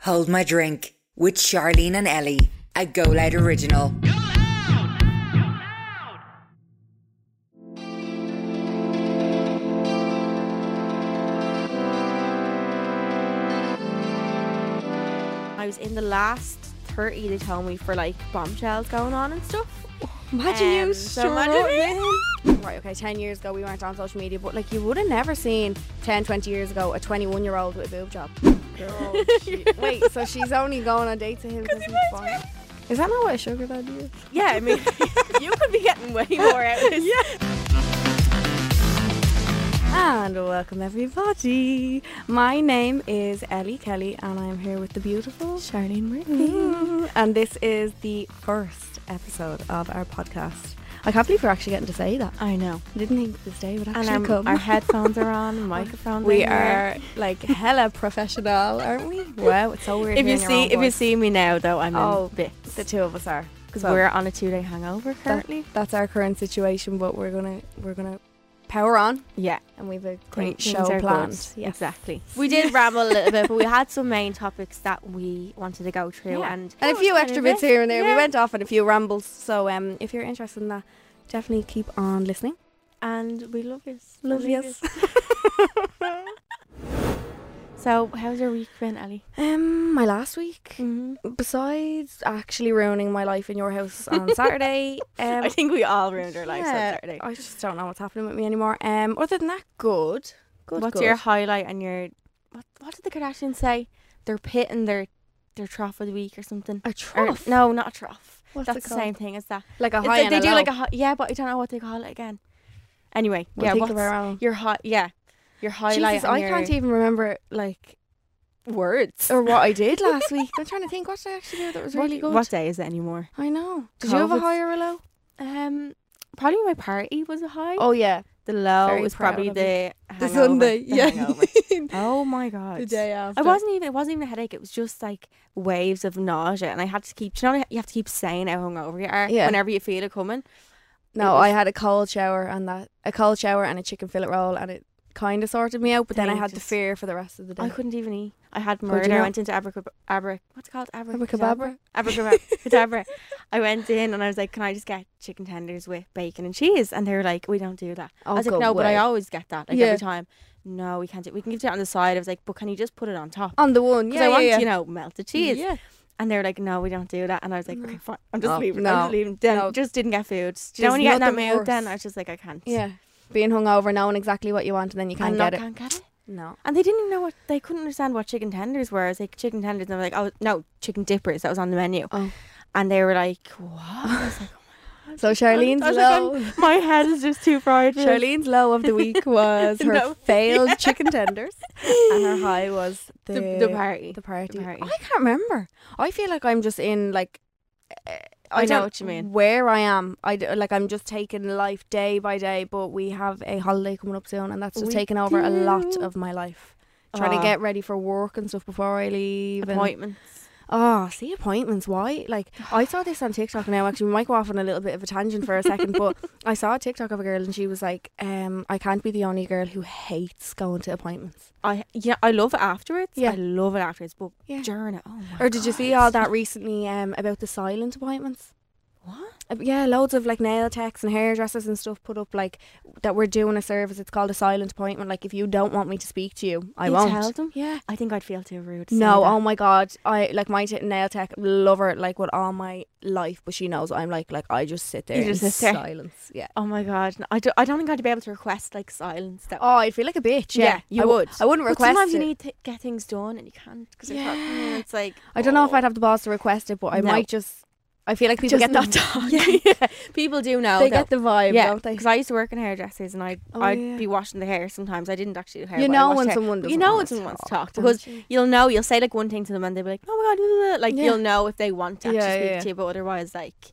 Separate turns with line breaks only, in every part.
Hold My Drink with Charlene and Ellie, a Go Loud original.
I was in the last 30 they told me for like bombshells going on and stuff.
Imagine you
Um,
so
imagine me. Right, okay, 10 years ago we weren't on social media, but like you would have never seen 10, 20 years ago a 21 year old with a boob job. Wait, so she's only going on dates with him because he's fine. Is that not what a sugar daddy is?
Yeah, I mean, you could be getting way more out of this.
And welcome everybody. My name is Ellie Kelly and I'm here with the beautiful
Charlene Mm-hmm.
Ooh, and this is the first episode of our podcast. I can't believe we're actually getting to say that.
I know.
I didn't think this day would actually
And our,
come.
our headphones are on, microphones.
we
in
are
here.
like hella professional, aren't we? Wow, it's so weird.
If you
hearing your own
see, if you
voice.
see me now, though, I'm
Oh,
in bits
the two of us are
because
well,
we're on a two-day hangover
that-
currently.
that's our current situation, but we're gonna we're gonna power on,
yeah,
and we've a great
things
show
are
planned.
good.
Yeah.
Exactly. We did ramble a little bit, but we had some main topics that we wanted to go through,
Yeah.
and
and a few extra bits here and there. We
Yeah.
went off on a few rambles, so um, if you're interested in that, definitely keep on listening.
and we love you.
Love yous.
So, how's your week been, Ellie?
Um, my last week,
Mm-hmm.
besides actually ruining my life in your house on Saturday, um,
I think we all ruined our lives
yeah,
on Saturday.
I just don't know what's happening with me anymore. Um, other than that, good. Good.
What's
good.
your highlight and your what? What did the Kardashians say? They're pitting their their trough of the week or something.
a
Or-
trough?
er, no, not a trough.
What's it
That's the
called?
same thing as that.
Like a
It's
high.
like
and
they
a
do
low.
like a hi- yeah, but I don't know what they call it again. Anyway,
We'll
yeah,
think
what's
of our own.
your hot? Yeah, your highlight.
Jesus,
and
I
your
can't even remember like
words.
or what I did last week. I'm trying to think. What did I actually do that was
What-
really good?
What day is it anymore?
I know. Did you have a
Covid's-
high or a low?
Um, probably my party was a high.
Oh yeah,
the low
very
was
proud
probably
of
the
the
hangover,
Sunday.
the
yeah,
hangover. oh my god.
the day after.
I wasn't even. It wasn't even a headache. It was just like waves of nausea, and I had to keep. do You know, you have to keep saying how hungover you are
Yeah.
whenever you feel it coming.
No,
It
I
was-
had a cold shower and that a cold shower and a chicken fillet roll and it kind of sorted me out. But then I
Dang,
had the
just-
fear for the rest of the day.
I couldn't even eat. I had
Oh, you
murder. I
not?
went into abracab abrac. What's it called abracadabra.
Abracadabra?
Abracadabra. Cadabra. I went in and I was like, "Can I just get chicken tenders with bacon and cheese?" And they were like, "We don't do that."
Oh,
I was like,
go
"No, but I
away.
always get that like
Yeah.
every time." No, we can't do. We can give it on the side. I was like, "But can you just put it on top?"
on the one.
Because
Oh, Yeah,
I want
yeah, yeah.
you know melted cheese.
Yeah.
And they were like, no, we don't do that. And I was like, okay, fine. I'm just
No,
leaving. I'm just
no,
leaving. Then
no.
just didn't get food. Do you know
There's
when you get in that
nothing
mood, then
worse.
I was just like, I can't.
Yeah. Being hungover, knowing exactly what you want, and then you
I
can't
not-
get it.
can't get it.
No.
And they didn't even know what, they couldn't understand what chicken tenders were. I was like, chicken tenders. And they were like, oh, no, chicken dippers. That was on the menu.
Oh.
And they were like, what? I was like, oh my God.
So Charlene's
I was like,
low.
I'm- my head is just too fried. for this.
Charlene's low of the week was her
No.
failed chicken tenders, and her high was the
The, the party.
the party.
party.
I can't remember. I feel like I'm just in like. eh,
I know
don't
what you mean.
Where I am, I d- like I'm just taking life day by day. But we have a holiday coming up soon, and that's just
We
taking over a lot
do.
of my life. Trying
Ah.
to get ready for work and stuff before I leave. and-
Appointments.
Oh, see appointments. Why? Like I saw this on TikTok now. Actually, we might go off on a little bit of a tangent for a second, but I saw a TikTok of a girl and she was like, um, "I can't be the only girl who hates going to appointments."
I yeah, I love it afterwards.
Yeah.
I love it afterwards. But
Yeah.
during it, oh my
Or did you see
God.
all that recently um, about the silent appointments?
What?
Uh, Yeah, loads of like nail techs and hairdressers and stuff put up like that we're doing a service. It's called a silent appointment. Like if you don't want me to speak to you, I
You
won't.
tell them?
Yeah.
I think I'd feel too rude. to say
No,
that.
oh my god, I like my t- nail tech love her like with all my life, but she knows I'm like like I just sit there
You just
in
sit there.
silence. Yeah.
Oh my god, no, I don't, I don't think I'd be able to request like silence. That
Oh, I feel like a bitch. Yeah,
you
I
would.
I wouldn't
But
request
Sometimes
it.
you need to get things done and you can't because you're talking
Yeah.
and it's like
I don't know if
oh.
I'd have the balls to request it, but I
No.
might just. I feel like people
Just
get that
not
talk.
Yeah, yeah. people do know.
they
though.
get the vibe,
yeah,
don't they?
because I used to work in hairdressers and I'd
Oh,
I'd
yeah.
be washing the hair sometimes. I didn't actually do hair.
You
but I
know
washed
when
hair.
someone
But you
doesn't
know
wanna
when someone wants to talk
don't
because
you?
you'll know you'll say like one thing to them and they'll be like, oh my god, blah, blah, blah," like
Yeah.
you'll know if they want to actually
Yeah,
speak
yeah.
to you, but otherwise like.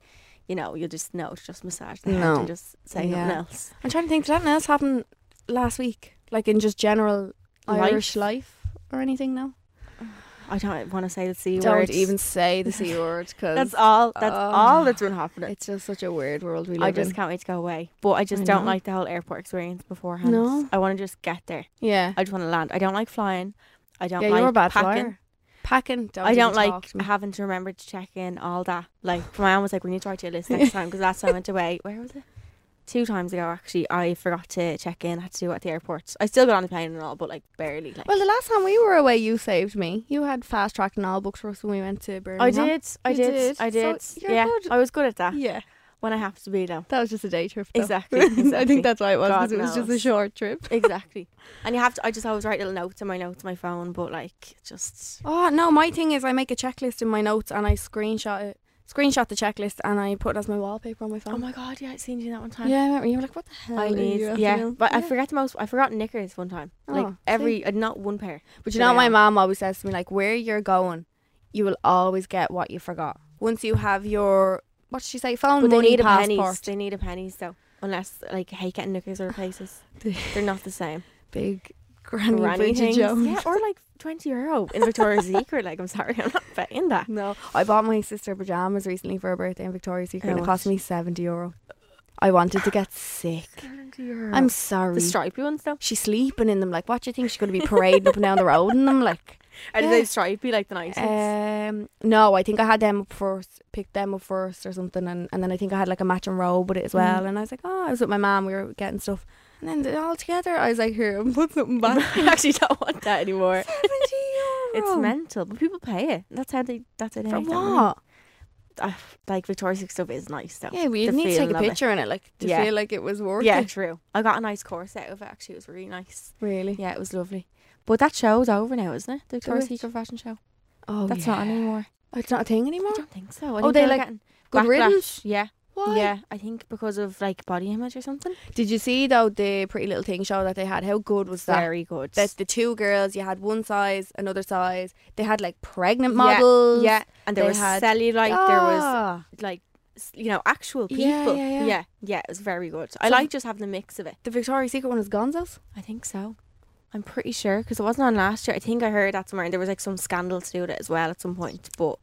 You know, you'll just know it's just massage the head
No.
and just say nothing
Yeah.
else.
I'm trying to think. Did anything else happen last week? Like in just general
Life?
Irish life or anything? No.
I don't want to say the c
Don't
word.
even say the c word because
That's all. That's
Oh.
all that's been happening.
it's just such a weird world we live
I just
in.
can't wait to go away. But I just
I
don't
know.
like the whole airport experience beforehand.
No.
I want to just get there.
Yeah.
I just want to land. I don't like flying. I don't
yeah,
like
you're a bad
packing.
flyer. packing. Don't
I don't
even
like
talk to me.
having to remember to check in all that. Like my mom was like, "We need to write you a list next time." Because last time I went away, where was it? Two times ago, actually, I forgot to check in. I had to do it at the airport. I still got on the plane and all, but like barely. Like
Well, the last time we were away, you saved me. You had fast track and all books for us when we went to Birmingham.
I did, I
You
did,
did.
I
So
did.
you're
yeah,
good.
I was good at that.
Yeah,
When I have to be though,
that was just a day trip. Though.
Exactly,
I
exactly.
think that's why it was
God
because it was just a
knows.
short trip.
exactly. And you have to. I just always write little notes in my notes, on my phone, but like just
Oh no, my thing is I make a checklist in my notes and I screenshot it, screenshot the checklist and I put it as my wallpaper on my phone.
oh my god, yeah, I seen you that one time.
yeah, I remember you were like, what the hell?
I
are
need,
you up
yeah,
to?"
but I
Yeah.
forgot the most. I forgot knickers one time.
Oh,
like every, uh, not one pair.
But you
But
know, what my
um,
mom always says to me, like, where you're going, you will always get what you forgot. Once you have your, what did she say, phone,
But they
Oh, money,
need a pennies.
passport.
They need a pennies though. Unless like I hate getting knickers or places.
They-
They're not the same.
Big granny,
Granny
Bridget
things.
Jones.
Yeah, or like twenty euro in Victoria's Secret. Like I'm sorry, I'm not betting that.
No, I bought my sister pajamas recently for her birthday in Victoria's Secret.
How
and It cost
much?
me seventy euro. I wanted to get sick. I'm sorry.
the stripy ones though.
She's sleeping in them. Like, what do you think she's going to be parading up and down the road in them? Like,
Are
Uh, Yeah.
they stripy like the nice ones?
um, no, I think I had them up first, picked them up first or something, and, and then I think I had like a matching robe with
Mm.
it as well. And I was like, oh, I was with my mom. We were getting stuff, and then they're all together, I was like, here, I'm putting something back.
I actually don't want that anymore.
Seventy euro.
It's mental, but people pay it. That's how they. That's how they
for
make that money.
what?
Uh, like Victoria's Secret stuff is nice though.
Yeah, we
The
need to take
feeling
a
of it.
picture in it, like to
Yeah.
feel like it was worth
Yeah,
it.
true. I got a nice course out of it. Actually, it was really nice.
Really?
Yeah, it was lovely. But that show's over now, isn't it? The Victoria's
which-
Secret fashion show.
Oh,
That's not on anymore.
It's not a thing anymore.
I don't think so. I
Oh,
think
they,
were
like,
getting
Good
backlash.
riddance.
Yeah,
Why?
yeah. I think because of like body image or something.
Did you see though the Pretty Little Thing show that they had? How good was that?
Very good.
That the two girls, you had one size, another size. They had like pregnant
Yeah,
models.
Yeah, and there
They
was
had-
cellulite. There was
Ah.
like s- you know actual people.
Yeah, yeah, yeah.
yeah. yeah, it was very good. I
So-
like just having the mix of it.
the Victoria's Secret one is Gonzo's.
I think so. I'm pretty sure because it wasn't on last year. I think I heard that somewhere, and there was like some scandal to do with it as well at some point. But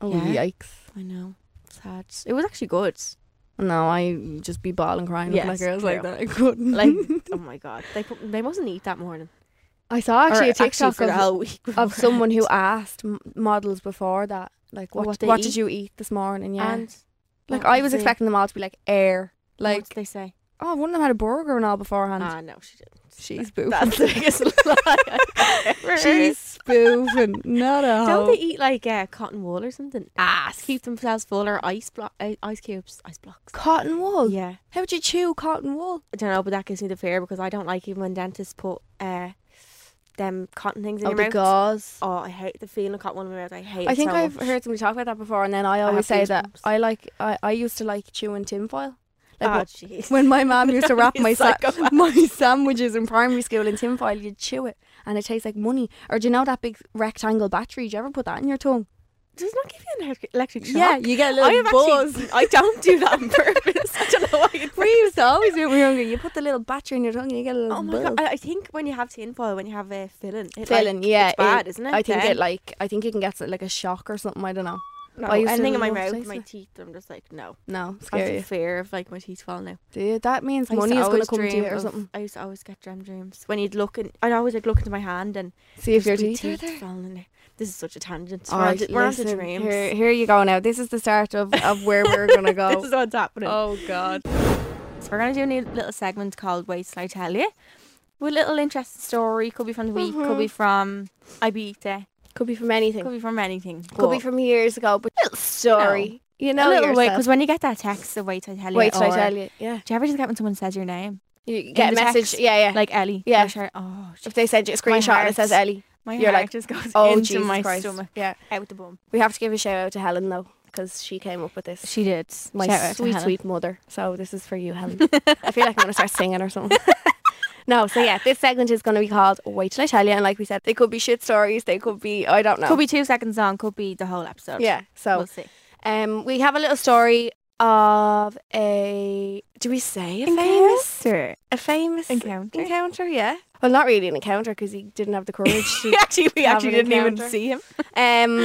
Oh
Yeah.
yikes!
I know, sad. It was actually good.
No, I just be bawling crying with my
Yes,
girls like
true.
that. I couldn't.
Like, oh my god, they cou- they mustn't eat that morning.
I saw
Or
actually a TikTok
for the
of,
whole week
of someone who
beforehand.
asked m- models before that, like what
What
what,
they
did
eat?
you eat this morning? Yeah,
and
like
what
I was
they-
expecting them all to be like air,
what
like
did they say.
Oh, one of them had a burger and all beforehand.
Ah, no, she didn't.
She's
That-
boofing.
That's the biggest lie I've ever heard.
She's boofing. Not a
Don't
hoe.
they eat like uh, cotton wool or something?
Ah,
To keep themselves full or ice blo- i- ice cubes, ice blocks.
cotton wool.
Yeah,
How would you chew cotton wool?
I don't know, but that gives me the fear because I don't like even when dentists put uh, them cotton things in
Oh,
your
the
mouth.
gauze.
Oh, I hate the feeling of cotton wool in my mouth. I hate.
I
it
think
so
I've
much.
heard somebody talk about that before, and then I always say
have
that
goosebumps.
I like. I, I used to like chewing tinfoil. Like
Oh,
what-
jeez.
when my mom used to wrap
You
my sa-
psychopath.
my sandwiches in primary school in tinfoil, you'd chew it, and it tastes like money. Or do you know that big rectangle battery? Do you ever put that in your tongue?
Does it not give you an elec- electric shock?
Yeah, you get a
I
little
have
buzz.
actually. I don't do that on purpose. I don't know why. You'd
We used to always do it when we were younger. You put the little battery in your tongue and you get a little
Oh my
buzz.
god! I, I think when you have tinfoil, when you have a filling, it, like,
Feeling, yeah,
it's bad, isn't it?
I think
then?
it like I think you can get like a shock or something. I don't know.
no,
I used to
anything in my
love
mouth,
tasting
my
it.
teeth. I'm just like no.
No,
I have the
scary.
fear of like my teeth falling out.
Dude, that means
I used
money
to
is gonna
always
come to
dream
you or
of-
something.
I used to always get dream dreams when you'd look and I'd always like look into my hand and
See if your
just my
teeth are there.
falling in. there. This is such a tangent.
All
we're on
right,
to, we're on to
listen,
dreams.
Here, here you go now. This is the start of, of where we're gonna
this
go.
is what's happening.
oh God.
So we're gonna do a new little segment called "Wait Till I Tell You." With a little interesting story, could be from the week, could
Mm-hmm.
be from Ibiza,
Could be from anything.
could
Could
be from anything.
be,
but-
from years ago, but little story. You know
a little wait because
yourself.
when you get that text of wait till I tell you
Wait till I
or-
tell you. Yeah.
do you ever just get when someone says your name
You get a
the
message.
text,
Yeah, yeah.
like Ellie
Yeah.
or Sharon- oh
if they send you a
my
screenshot and
heart.
it says Ellie,
my
you're
heart
like,
just goes
oh
into
Jesus
my
Christ.
stomach
Yeah.
out the bum
We have to give a shout out to Helen though, because she came up with this.
she did
my
Shout out to
sweet,
Hannah.
sweet mother. So this is for you, Helen. I feel like I'm gonna start singing or something. no, so yeah, this segment is gonna be called "Wait Till I Tell You," and like we said, they could be shit stories. They could be I don't know.
could be two seconds on could be the whole episode
yeah. So
we'll see
um, we have a little story of a. Do we say a famous a famous
Encounter.
encounter? Yeah. Well, not really an encounter because he didn't have the courage to.
actually we
Have
actually
an
didn't even
encounter.
see him
Um,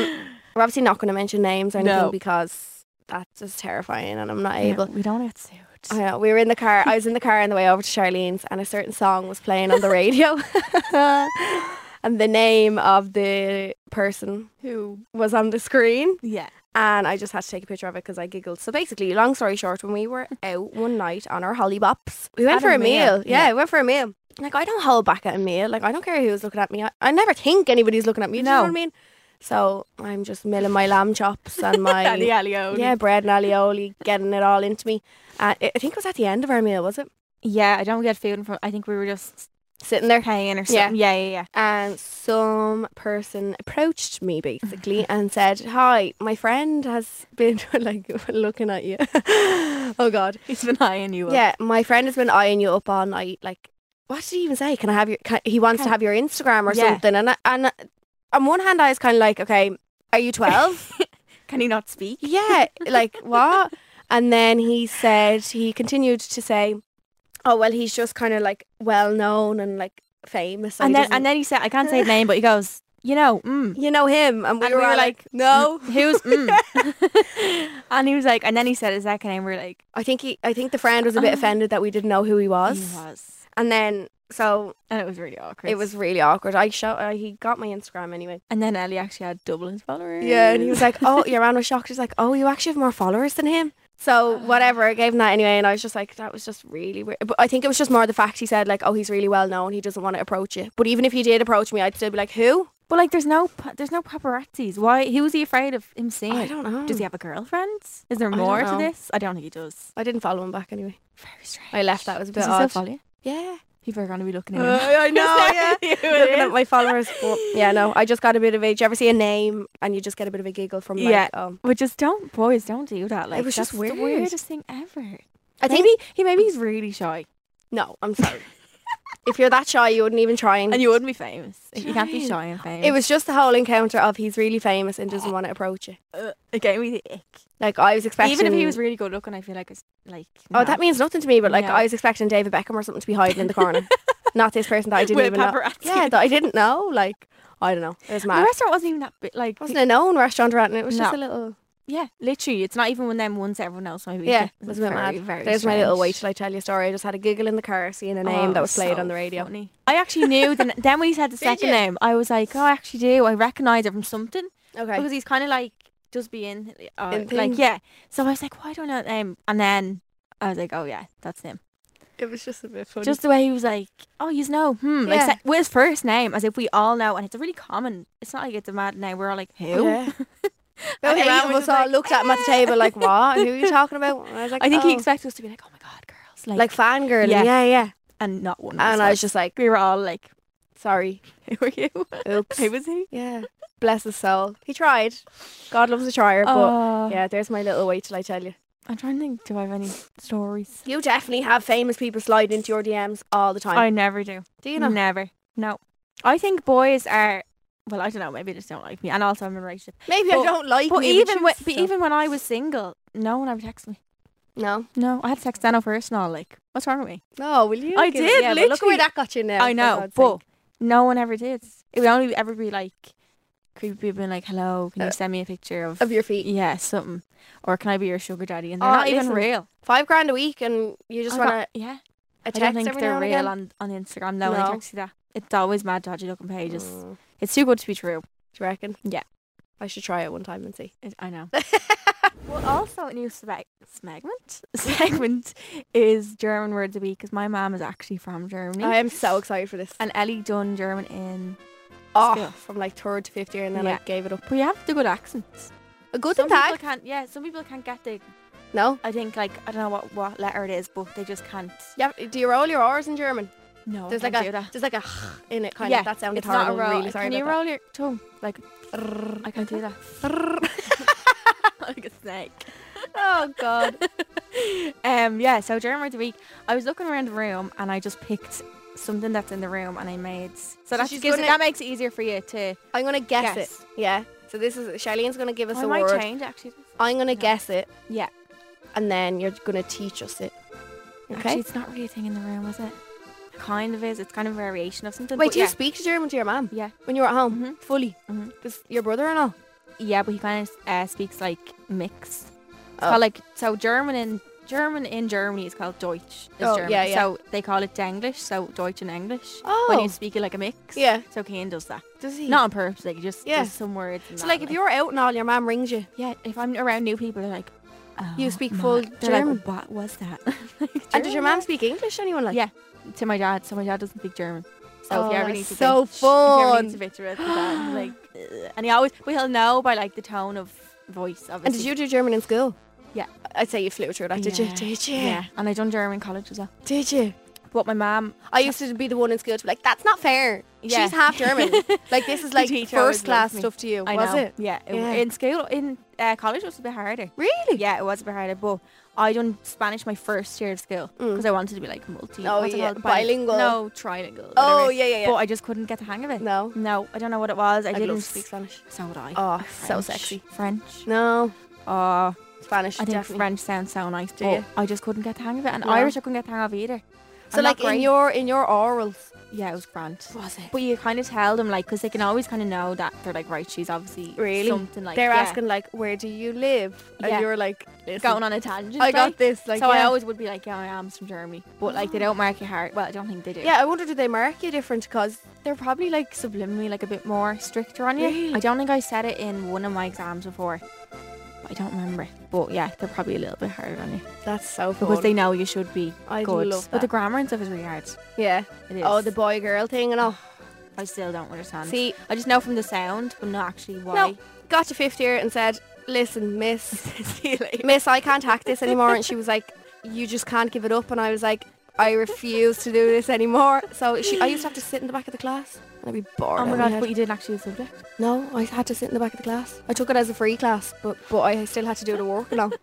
we're obviously not going to mention names or anything
No.
because that's just terrifying, and I'm not
Yeah,
able.
we don't want to get sued
I know. We were in the car. I was in the car on the way over to Charlene's, and a certain song was playing on the radio. and and the name of the person who was on the screen.
Yeah.
And I just had to take a picture of it because I giggled. So basically, long story short, when we were out one night on our holly bops, we went
Had
for
a
a meal.
meal,
Yeah, we went for a meal. Like, I don't hold back at a meal. Like, I don't care who's looking at me. I, I never think anybody's looking at me. Do you know
No.
what I mean? So I'm just milling my lamb chops and my
Alley, alley, alley.
yeah bread and alioli, getting it all into me. Uh, I I think it was at the end of our meal, was it?
Yeah, I don't get food in front. I think we were just
Sitting there,
paying or
Yeah.
something. Yeah, yeah, yeah.
and some person approached me basically and said, "Hi, my friend has been like looking at you." oh God.
He's been eyeing you
Yeah, my friend has been eyeing you up all night. Like, what did he even say? Can I have your? Can, he wants to
Can-
have your Instagram or
Yeah.
something. And I, and on one hand, I was kind of like, okay, are you twelve?
Can he not speak?
yeah, like what? And then he said he continued to say, oh well, he's just kind of like well known and like famous. so
And
he
then
doesn't-
and then he said, I can't say the name, but he goes, you know, mm.
you know him, and we,
And
were, all like, no.
Who's mm. and he was like, and then he said his second name. We're like,
I think he, I think the friend was a bit offended that we didn't know who Um, he was,
he was,
and then so
and it was really awkward.
it was really awkward. I show, uh, he got my Instagram anyway.
and then Ellie actually had double his followers.
Yeah, and he was like, "Oh, your man was shocked." He's like, "Oh, you actually have more followers than him." So whatever, I gave him that anyway, and I was just like, "That was just really weird." But I think it was just more the fact he said like, "Oh, he's really well known. He doesn't want to approach you." But even if he did approach me, I'd still be like, "Who?"
but like, there's no, pa- there's no paparazzis. Why? Who was he afraid of him seeing?
I don't know.
Does he have a girlfriend? Is there
don't
more to
know.
this? I don't think he does.
I didn't follow him back anyway.
Very strange.
I left that was a bit
Does he
odd.
still follow you?
yeah,
People are going to be looking at him.
Uh, I know. Yeah. looking at
my
my followers. But yeah, no, I just got a bit of a. Do you ever see a name and you just get a bit of a giggle from like,
Yeah.
um,
But just don't, boys, don't do that. Like,
was just
that's
weird.
the weirdest thing ever.
I think
maybe he maybe he's really shy,
no, I'm sorry. if you're that shy, you wouldn't even try and.
and you wouldn't be famous. You can't be
Trying.
shy and famous.
it was just the whole encounter of he's really famous and doesn't want to approach you.
uh, it gave me the ick.
Like I was expecting,
Even if he was really good looking, I feel like it's like
oh, that means nothing to me. But like
No.
I was expecting David Beckham or something to be hiding in the corner, not this person that I didn't
With
even know.
paparazzi.
Yeah, that I didn't know. Like I don't know. It was
the
mad.
restaurant wasn't even that big. Like,
It wasn't a known restaurant around, and it was just a
No.
little.
yeah, literally, it's not even one of them ones that everyone else might be.
Yeah,
thinking.
it was a bit
very,
mad.
Very
There's my little wait
strange.
till I tell you a story. I just had a giggle in the car seeing a
Oh,
name
it
that was played
so
on the radio.
funny. I actually knew. The, then when he said the second
you?
name, I was like, oh, I actually do. I recognise it from something.
Okay.
because he's kind of like does be in, uh,
In things.
like yeah. So I was like, why don't I know that name? And then I was like, oh yeah, that's him.
It was just a bit funny.
Just the way he was like, oh, you know, hmm, like
Yeah.
sa- with his first name, as if we all know, and it's a really common. It's not like it's a mad name. We're all like, who?
Yeah.
And
eight
everyone
of
was
us
just
all
like,
looked at him at the table like, "What? Who are you talking about?" And I was like,
I think he
"Oh."
expected us to be like, oh my god, girls, like,
like fangirl. Yeah,
Yeah.
yeah, yeah.
and not one. of us
And I was just like,
we were all like,
"Sorry,
who are you?
oops."
who was he?
yeah, bless his soul. He tried. God loves a trier,
Oh,
but yeah, there's my little wait till I tell you.
I'm trying to think. Do I have any stories?
You definitely have famous people slide into your DMs all the time.
I never do.
Do you know?
Never. No. I think boys are. Well, I don't know. Maybe they just don't like me, and also I'm in a relationship.
Maybe I
But-
don't like
But
you,
even
you
when, but
still-
even when I was single, no one ever texted me.
no,
No, I had to text Dano first, and all like, what's wrong with me?
no, will you?
I
give it-
did,
Yeah, but look
literally.
where that got you now.
I
for
know,
God's
but
sake.
no one ever did. It would only ever be like creepy people being like, "Hello, can
Uh,
you send me a picture of
of your feet,
yeah something, or can I be your sugar daddy?" And they're
Oh,
not even
listen,
real.
five grand a week, and you just
I
want
got-
to
yeah,
a
I
text
don't think
every
they're
now and
real
again?
on, on Instagram though. When I
No.
text you that, it's always mad dodgy looking pages.
Mm.
It's too good to be true.
Do you reckon?
Yeah.
I should try it one time and see.
It, I know. well, also a new seg- segment segment is German words a week because my mom is actually from Germany.
I am so excited for this.
and Ellie done German in.
oh,
school.
from like third to fifth year, and then
Yeah.
I gave it up.
But you have the good accents.
A good
Some people
tag.
can't. Yeah, some people can't get the.
No.
I think like I don't know what what letter it is, but they just can't.
Yeah. Do you roll your R's in German?
No,
There's
I
like
can't do
a
that.
there's like a in it kind
yeah,
of. That sounded
it's not
horrible.
a roll.
Really sorry
Can you
about
roll your tongue? Like I can't do that.
that.
like a snake.
oh God.
um. Yeah. So German words a week. I was looking around the room and I just picked something that's in the room and I made. So, that
she's
gives it,
gonna-
that makes it easier for you to.
I'm gonna guess,
Guess.
it. Yeah. So this is Charlene's gonna give us
I
a
Oh, might
word.
change actually.
I'm gonna guess it,
Yeah.
and then you're gonna teach us it. Okay.
Actually, it's not really a thing in the room, is it? It kind of is. It's kind of a variation of something.
Wait,
but
do
yeah.
you speak German to your mom?
Yeah.
When you were at home,
Mhm.
fully.
Mhm.
Does your brother and all?
Yeah, but he kind of uh, speaks like mixed. It's
Oh.
called, like so German and German in Germany is called Deutsch. Is
Oh,
German.
yeah, yeah.
So they call it Denglish, so Deutsch and English. When
Oh.
you speak it like a mix.
Yeah.
So Kane does that.
Does he?
Not on purpose, like just
Yeah.
there's some words. in
So
that,
like, if you're out and all, your mom rings you.
yeah, if I'm around new people, they're like,
You
"Oh
speak
my-"
full
They're
German.
Like, what was that?
And does your mom speak English? to Anyone like?
Yeah. speak to my dad? So my dad doesn't speak German. So if
Oh,
you ever
that's
need to
so
bitch, if you ever
fun.
need to bitch with my dad, like, "Ugh." and he always, but he'll know by like the tone of voice. Obviously.
And did you do German in school?
Yeah.
I'd say you flew through that. Did you?
Yeah.
Did you?
Yeah. And I done German college as well.
Did you?
But my mom,
I used to be the one in school to be like, "That's not fair.
Yeah.
She's half German. like this is
The
like
teacher always
first class
loved me.
stuff to you,
I
was
know.
it?
Yeah, it-
Yeah.
In school, in uh, college, it was a bit harder.
Really?
Yeah, it was a bit harder. But I done Spanish my first year of school because I wanted to be like multi.
Mm. Oh,
what's it
yeah,
called?
bilingual.
No, trilingual.
Oh,
whatever.
yeah, yeah, yeah.
But I just couldn't get the hang of it.
No.
No, I don't know what it was. I
I'd
didn't
love to speak Spanish.
So would I.
Oh,
Or
so
French.
sexy.
French.
No,
Oh,
Spanish.
I think
definitely.
French sounds so nice.
Do
but
you?
I just couldn't get the hang of it, and
No.
Irish I couldn't get the hang of either.
So
I'm not
like in
great.
your in your orals,
yeah, it was grand.
was it?
But you kind of tell them like, because they can always kind of know that they're like, right, she's obviously
Really?
something like
They're
yeah,
asking like, "Where do you live?" And
Yeah.
you're like, Listen,
going on a tangent.
I
like.
got this. Like,
so I
yeah.
always would be like, yeah, I am from Germany, but like they don't mark your heart. Well, I don't think they do.
Yeah, I wonder do they mark you different? Because
they're probably like subliminally like a bit more stricter on you.
Really?
I don't think I said it in one of my exams before. But I don't remember. But yeah, they're probably a little bit harder on you
that's so fun.
because they know you should be
I
good.
love
But
that.
the grammar and stuff is really hard.
yeah.
It is.
Oh, the boy girl thing and all.
I still don't understand.
See,
I just know from the sound, but not actually why.
no, got to fifth year and said, "Listen, miss, miss, I can't hack this anymore." And she was like, "You just can't give it up." And I was like, "I refuse to do this anymore." So she, I used to have to sit in the back of the class and I'd be bored.
Oh
out
my
of
god!
head.
But you didn't actually the subject.
No, I had to sit in the back of the class. I took it as a free class, but but I still had to do the work along.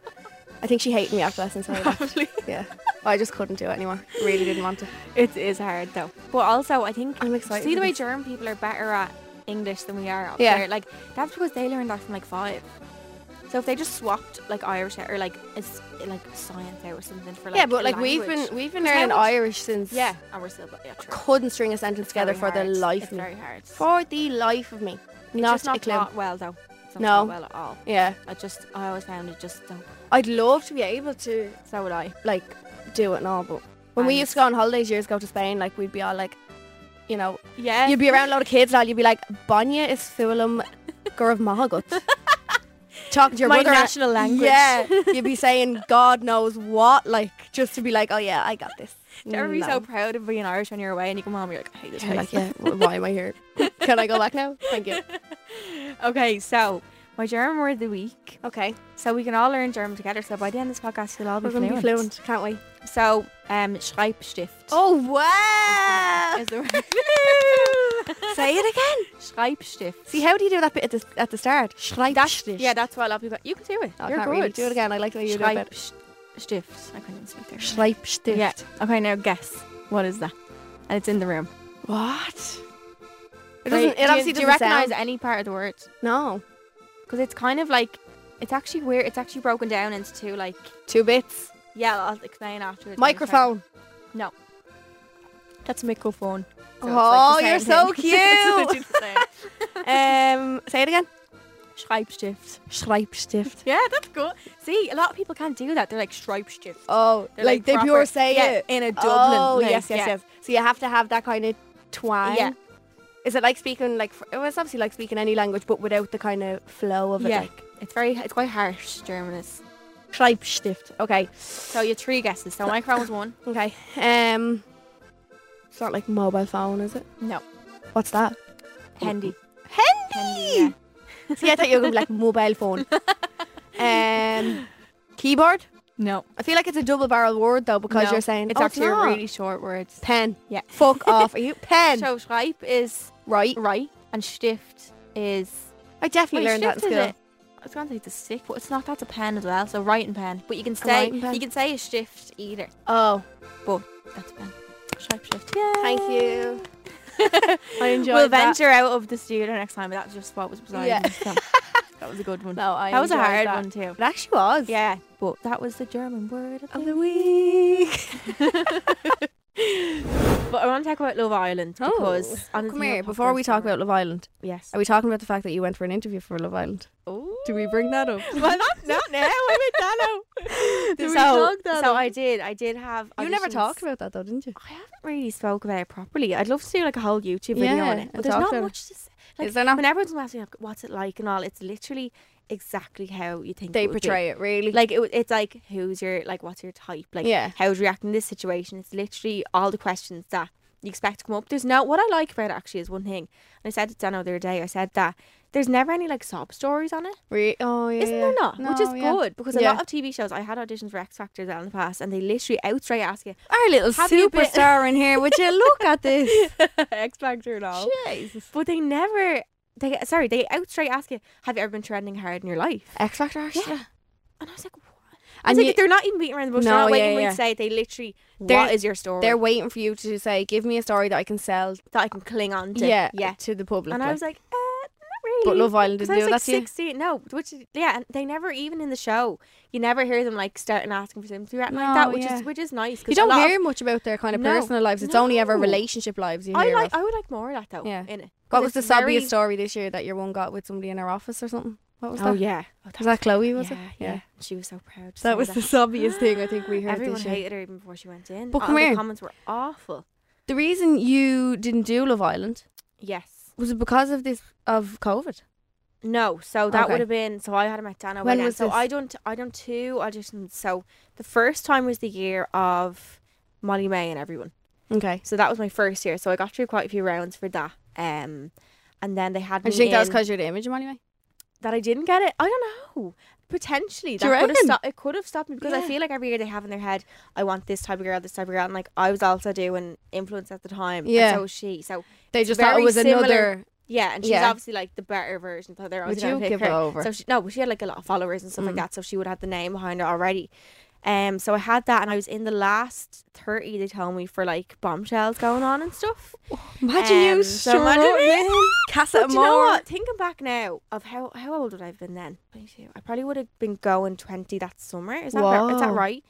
I think she hated me after lessons. So I left.
Probably.
Yeah. I just couldn't do it anymore. Really didn't want to.
It is hard though. But also, I think
I'm excited
See the
for
way
this.
German people are better at English than we are. Up
Yeah.
there. like that's because they learned that from like five. So if they just swapped like Irish out or like it's like science out or something for like
yeah, but like we've been
language.
we've been
'Cause how
learning
much-
Irish since
yeah, and we're still yeah, true.
couldn't string a sentence
It's
together
very
for the
hard.
life
It's
of me.
very hard.
For the life of me, not,
it's just not
a clue.
taught well though. It's not
No.
taught well at all.
Yeah,
I just I always found it just so
I'd love to be able to
so would I.
like do it and all, but when we
And-
used to go on holidays years ago to Spain, like we'd be all like, you know,
Yeah.
you'd be around a lot of kids and all, you'd be like, Banya is Fulham Gurv Mahagut. Talking to your
My
brother.
national language.
Yeah, you'd be saying God knows what, like just to be like, oh yeah, I got this.
You're
Mm, No.
so proud of being Irish when you're away and you come home you're like, I hate this
You're
place.
like, yeah, wh- why am I here? Can I go back now? Thank you.
Okay, so my German word of the week.
Okay,
So we can all learn German together. So by the end of this podcast, we'll all be
we're going
fluent.
to be fluent, can't we?
So, um, Schreibstift.
Oh wow!
is the word.
Say it again.
Schreibstift.
See, how do you do that bit at the at the start? Schreibstift. Oh,
yeah, that's why a lot of people. You can do it.
I
You're
can't
good.
really do it again. I like the way you do it.
Schreibstift. I couldn't even speak there.
Schreibstift.
Yeah. Okay, now guess what is that? And it's in the room.
What?
Wait,
It doesn't. It
do you-
obviously
do you
doesn't
recognize
sound.
any part of the word?
No.
Because it's kind of like, it's actually weird. It's actually broken down into two like.
Two bits.
Yeah, I'll explain afterwards. when we start.
Microphone.
No. That's a microphone. So it's
oh,
like the
you're
same
so
thing. It's
cute.
literally the same.
um, say it again.
Schreibstift.
Schreibstift.
Yeah, that's cool. See, a lot of people can't do that. They're like Schreibstift.
Oh,
They're
like, they
proper-
pure say
yeah,
it.
in a Dublin.
Oh,
place,
yes, yes,
yeah.
yes. So you have to have that kind of twang.
Yeah.
Is it like speaking like? fr- Well, it's obviously like speaking any language, but without the kind of flow of it.
Yeah.
Like
It's very, it's quite harsh, German is.
Schreibstift. Okay.
So you three guesses. So microphone was one.
Okay. Um, it's not like mobile phone, is it?
No.
What's that?
Handy.
Handy.
Handy,
See, I thought you were gonna be like mobile phone. Um, keyboard.
No.
I feel like it's a double barrel word though because
No.
you're saying
It's
Oh,
actually
not.
a really short word.
pen.
Yeah.
Fuck off. Are you pen?
So Schreib is
right.
right and Stift is.
I definitely
Wait,
learned that in
Stift is
school.
it- I was going to say the stick, but it's not. That's a pen as well. So right and pen. But you can say,
writing pen.
you can say a Stift either.
Oh,
But that's a pen. Schreibstift. Yeah.
thank you. I enjoyed
we'll
that.
venture out of the studio next time, but that's just what was beside
Yeah.
me, so that was a good one.
No, I
that was a
enjoyed
hard
that.
one too.
It actually was.
Yeah, but that was the German word.
Of the week.
But I want to talk about Love Island because
come Oh. here. Before we talk about Love Island,
yes,
are we talking about the fact that you went for an interview for Love Island?
oh,
Do we bring that up?
well, not, not now. I went that
Did we
so,
talk that
so
up?
I did. I did have.
You never
auditions.
talked about that though, didn't you?
I haven't really spoke about it properly. I'd love to do like a whole YouTube video
Yeah,
on it,
and
but there's
talk
not
about it.
much to say. Like,
Is there not?
When everyone's asking like, what's it like and all, it's literally exactly how you think
They
it would be.
portray it really.
Like it, w- it's like who's your like what's your type like
Yeah.
how would you react in this situation? It's literally all the questions that you expect to come up. There's no what I like about it actually is one thing. And I said it to Dano the other day. I said that there's never any like sob stories on it.
Re- oh yeah.
Isn't there
yeah.
not? Which is
No, yeah.
good because a
Yeah.
lot of TV shows I had auditions for X Factors out in the past, and they literally outright ask you
Our little
Have you been-
superstar in here. Would you look at this?
X Factor and
Oh.
all.
Jesus.
But they never. They sorry. They outright ask you, "Have you ever been trending hard in your life?"
X Factor. actually.
Yeah. And I was like, "What?" I was
And
like,
you-
"They're not even beating around the bush.
No,
they're not
yeah,
waiting for me
yeah.
to say. They literally.
They're-
what is your story
they're waiting for you to say, "Give me a story that I can sell."
that I can cling on to?"
yeah,
yeah.
to the public.
And I
like.
was like, uh, "Not really."
but Love Island
'Cause
didn't
I was
do
like
that to you.
16. No, which is, yeah, and they never even in the show. You never hear them like starting asking for something like
No,
that, which
yeah.
is which is nice. 'cause
You
a
don't
lot of-
hear much about their kind of
No.
personal lives. It's only ever
No.
relationship lives you hear.
I
of.
like. I would like more of that though.
Yeah.
In it.
What
'Cause
was the
it's
sobbiest
very-
story this year that your one got with somebody in her office or something? What was
Oh
that?
yeah. Oh,
Was that Chloe? Was
yeah,
it?
yeah. She was so proud. to
That
say
was the sobbiest thing I think we heard
Everyone
this year.
hated her even before she went in.
But
All
come
the
here.
comments were awful.
The reason you didn't do Love Island
Yes.
was it because of this of COVID?
No. So that
Okay.
would have been. So I had a McDonough.
When
again.
was
so
this?
I done. t- I done two auditions. So the first time was the year of Molly May and everyone.
Okay.
So that was my first year. So I got through quite a few rounds for that. Um, and then they had.
And
me
you think that was
in-
because you're the image of anyway?
that I didn't get it. I don't know. Potentially,
Do you
that could have
reckon?
stopped. It could have stopped me because I
Yeah.
feel like every year they have in their head, "I want this type of girl, this type of girl," and like I was also doing influence at the time. and
Yeah.
so was she. So
They
It's
just thought it
very
was
similar.
another.
yeah, and she's
Yeah.
obviously like the better version. So they're always
Would
gonna
you
pick
give
her.
her over?
So she, no, but she had like a lot of followers and stuff like
Mm.
that. So she would have the name behind her already. Um, so I had that, and I was in the last thirty. They told me for like bombshells going on and stuff.
Imagine
Um,
you
so
strut
imagine me.
in, Casa
But do you know
Amor.
what? Thinking back now of how how old would I have been then? Twenty two. I probably would have been going twenty that summer. Is that about, is that
Wow.
right?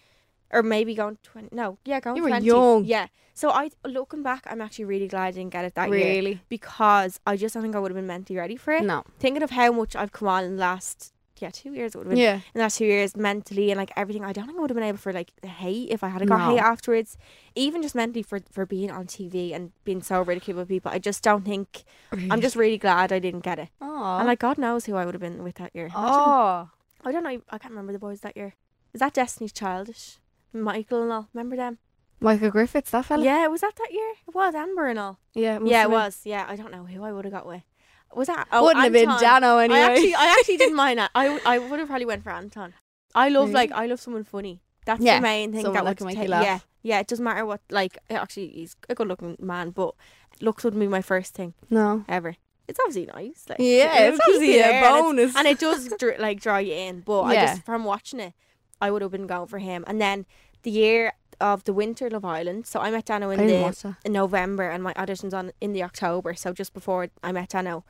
Or maybe going twenty? No, yeah, going.
You were
20.
young.
Yeah. So I looking back, I'm actually really glad I didn't get it that year
Really?
because I just don't think I would have been mentally ready for it.
No.
Thinking of how much I've come on in the last yeah two years, it would have been
Yeah.
in the last two years mentally and like everything. I don't think I would have been able for like the hate if I had got
No.
hate afterwards, even just mentally for for being on TV and being so ridiculed by people. I just don't think. I'm just really glad I didn't get it.
Oh.
And like God knows who I would have been with that year. Imagine-
oh.
I don't know. I can't remember the boys that year. Is that Destiny's Childish? Michael and all. Remember them?
Michael Griffiths, that fella.
Yeah, was that that year? It was Amber and all.
Yeah. must
yeah, it
have been.
was. Yeah, I don't know who I would have got with. Was that? Oh,
Wouldn't have been
Anton.
Dano anyway.
I actually, I actually didn't mind that. I, w- I would have probably went for Anton. I love
Really?
like I love someone funny. That's
Yeah,
the main thing
someone
that
that
would
can make
ta-
you laugh.
Yeah, yeah. It doesn't matter what. Like actually, he's a good-looking man, but looks wouldn't be my first thing
no.
ever. It's obviously nice. Like,
Yeah,
it'll
it's
keep you
obviously
there,
a
and it's-
bonus.
and it does dr- like draw you in. But I
Yeah.
just from watching it, I would have been going for him. And then the year of the Winter Love Island, so I met Dano in
I didn't
the
watch that.
in November, and my auditions on in the October. So just before I met Dano,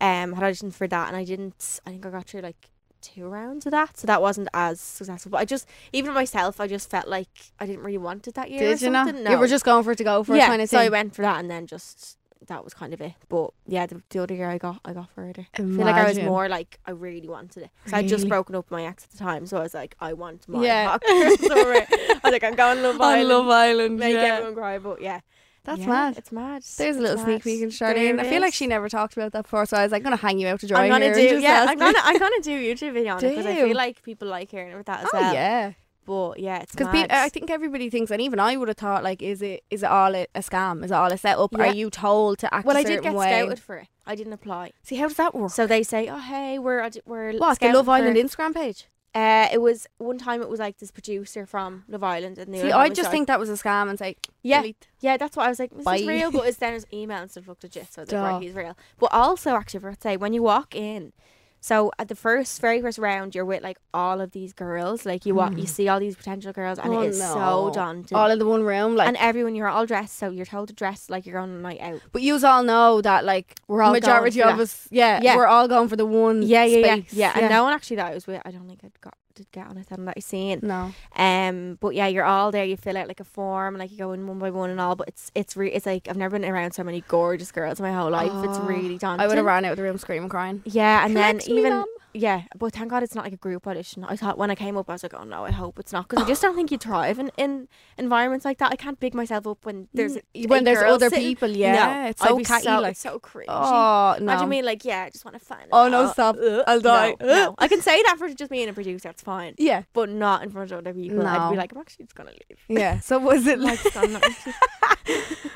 um, had auditions for that, and I didn't. I think I got through like two rounds of that, so that wasn't as successful. But I just even myself, I just felt like I didn't really want it that year. or
Did you not?
something. No
You were just going for it to go for
yeah,
kind of
so I
thing.
went for that, and then just that was kind of it. But yeah, the, the other year I got I got further. I feel like I was
Imagine.
more like I really wanted it. So I'd just
Really?
broken up with my ex at the time, so I was like, I want my
Yeah.
yeah. summer. I was like, I'm going Love
I
Island,
Love Island.
make
yeah.
everyone cry. But yeah,
That's
Yeah,
mad.
It's mad.
There's a little
It's
sneak
mad.
peek in
There
Charlene. I
it
feel like
is.
she never talked about that before, so I was like, gonna hang you out to dry
I'm gonna
here and
do
just
yeah.
ask
I'm gonna I'm gonna do a YouTube video on it because I
Do.
feel like people like hearing about that as
Oh
well.
yeah,
But yeah, it's
because
because
I think everybody thinks, and even I would have thought, like, is it is it all a, a scam? Is it all a setup?
Yeah.
Are you told to act
well,
a
I did
certain
get
way?
scouted for it. I didn't apply.
See how does that work?
So they say, oh hey, we're ad- we're
What the
scouting
Love
for-
Island Instagram page?
Uh, it was one time. It was like this producer from Love Island, and the
See,
other one
I
was
just
like-
think that was a scam and say,
yeah,
delete.
yeah, that's what I was like. This
Bye.
is real, but it's then his email and stuff looked legit, so I was like,
Duh.
right, he's real. But also, actually, I forgot to say when you walk in, so at the first, very first round, you're with like all of these girls, like you walk, you see all these potential girls, and
Hmm. Oh,
it is
no.
so daunting.
all in the one room, like.
and everyone, you're all dressed, so you're told to dress like you're going on a night out.
but you all know that, like,
We're all going
majority
for
of
that.
us, yeah,
Yeah.
we're all going for the one.
Yeah, yeah,
Mm, space.
yeah, yeah. And no one actually that I was with, I don't think I got did get on it then that I seen.
no,
Um, but yeah, you're all there. You fill out like a form, like you go in one by one and all. But it's it's re- it's like I've never been around so many gorgeous girls in my whole life. it's
Oh,
really daunting.
I would have ran out of the room screaming, crying.
Yeah, and then
Correct me,
even
Mum.
yeah, but thank God it's not like a group audition. I thought when I came up, I was like, oh no, I hope it's not because I just don't think you thrive in, in environments like that. I can't big myself up when there's
Mm,
eight
when there's
girls
other
sitting-
people, yeah.
no,
It's so
I'd be
catty,
so,
like-
it's so cringy.
Oh no!
I mean, like, yeah, I just want to find. it
Oh, no,
out.
stop.
Ugh,
I'll die.
No, no. I can say that for just me and a producer. It's fine,
yeah,
but not in front of other people. I'd
No.
be like, I'm actually just gonna leave.
yeah. So was it like
I'm not-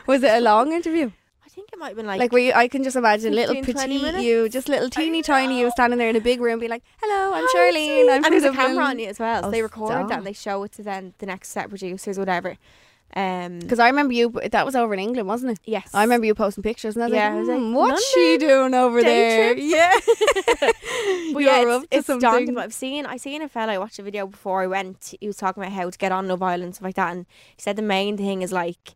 was it a long interview?
I think it might have been like,
Like where you, I can just imagine little
15, 20
petite
minutes?
you, just little teeny tiny you standing there in a big room, being like, "Hello, I'm
"Hi,
Charlene. I'm
and
from
there's a
Dublin."
camera on you as well. So
Oh,
they record that
stop.
and they show it to then the next set producers, whatever. Um,
Because I remember you. That was over in England, wasn't it?
yes,
I remember you posting pictures, and I was
Yeah,
like,
I was like,
"Hmm, "What's she doing over
day
there?"
trip.
Yeah,
But
You're
yeah, it's,
up to
it's daunting.
something.
But I've seen, I seen a fella. I watched a video before I went. He was talking about how to get on Love Island and stuff like that, and he said the main thing is like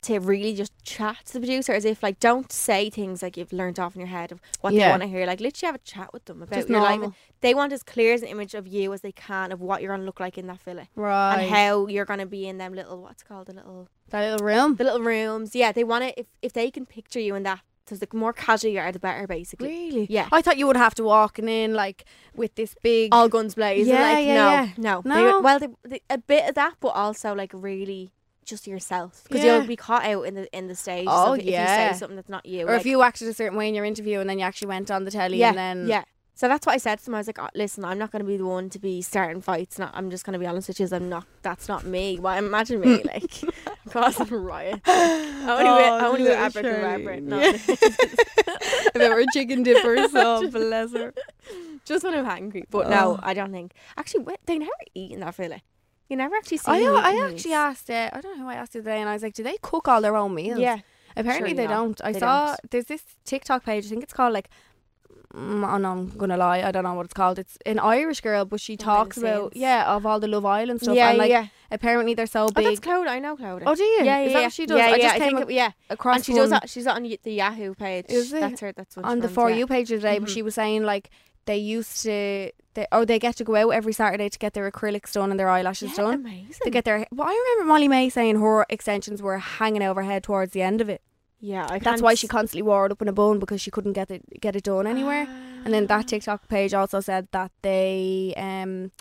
to really just chat to the producer as if like don't say things like you've learnt off in your head of what
Yeah.
they want to hear. Like literally have a chat with them about
Just
your life.
normal.
They want as clear as an image of you as they can of what you're gonna look like in that villa
right.
and how you're gonna be in them little what's it called the little
that little room.
the little rooms. Yeah, they want to if if they can picture you in that. So the more casual you are, the better, basically.
Really?
Yeah.
I thought you would have to walk in like with this big.
all guns blazing.
Yeah,
like,
yeah,
no,
yeah.
no,
No.
They- well, they, they- a bit of that, but also like really just yourself because
Yeah.
you'll be caught out in the in the stage.
Oh,
so if
yeah.
you say something that's not you,
or
like-
if you acted a certain way in your interview and then you actually went on the telly
yeah,
and then
yeah. So that's what I said to them. I was like, "Oh, listen, I'm not going to be the one to be starting fights. Not, I'm just going to be honest with you. I'm not. That's not me. Well, imagine me like causing riots. I only wear, I only wear
little
abracadabra.
Charlene.
Not
if it were chicken dippers, oh bless her.
just when I'm hungry. But
Oh.
no, I don't think. Actually, wait, they never eat in that villa. You never actually see.
I, uh,
them
I
eating
actually
meals.
asked uh, I don't know who I asked the other day and I was like, do they cook all their own meals?
Yeah.
Apparently
Surely
they
not.
don't. I
They
saw
don't.
there's this TikTok page. I think it's called like. Mm, oh no, I'm gonna lie. I don't know what it's called. It's an Irish girl, but she
Behind the
talks about
scenes.
yeah of all the Love Island stuff. and like apparently they're so
Oh,
big.
that's Cloud. I know Cloud.
Oh, do you?
Yeah, yeah.
Is that
yeah.
what she does?
Yeah,
I
yeah,
just
I
came
think
ac-
it- yeah.
across
and she does.
one
that- she's on y- the Yahoo page.
Is it?
That's her. That's what she
on the
runs,
for
yeah. Mm-hmm.
you page today, but she was saying like they used to they or they get to go out every Saturday to get their acrylics done and their eyelashes
Yeah,
done.
amazing.
To get their well, I remember Molly May saying her extensions were hanging over her head towards the end of it.
yeah, I
That's why she constantly wore it up in a bun because she couldn't get it get it done anywhere. And then
Ah.
that TikTok page also said that they um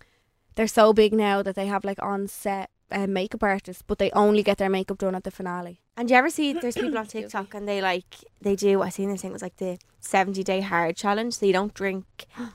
they're so big now that they have like on set uh, makeup artists, but they only get their makeup done at the finale.
And do you ever see there's people on TikTok and they like they do I seen this thing it was like the seventy day hard challenge. So you don't drink,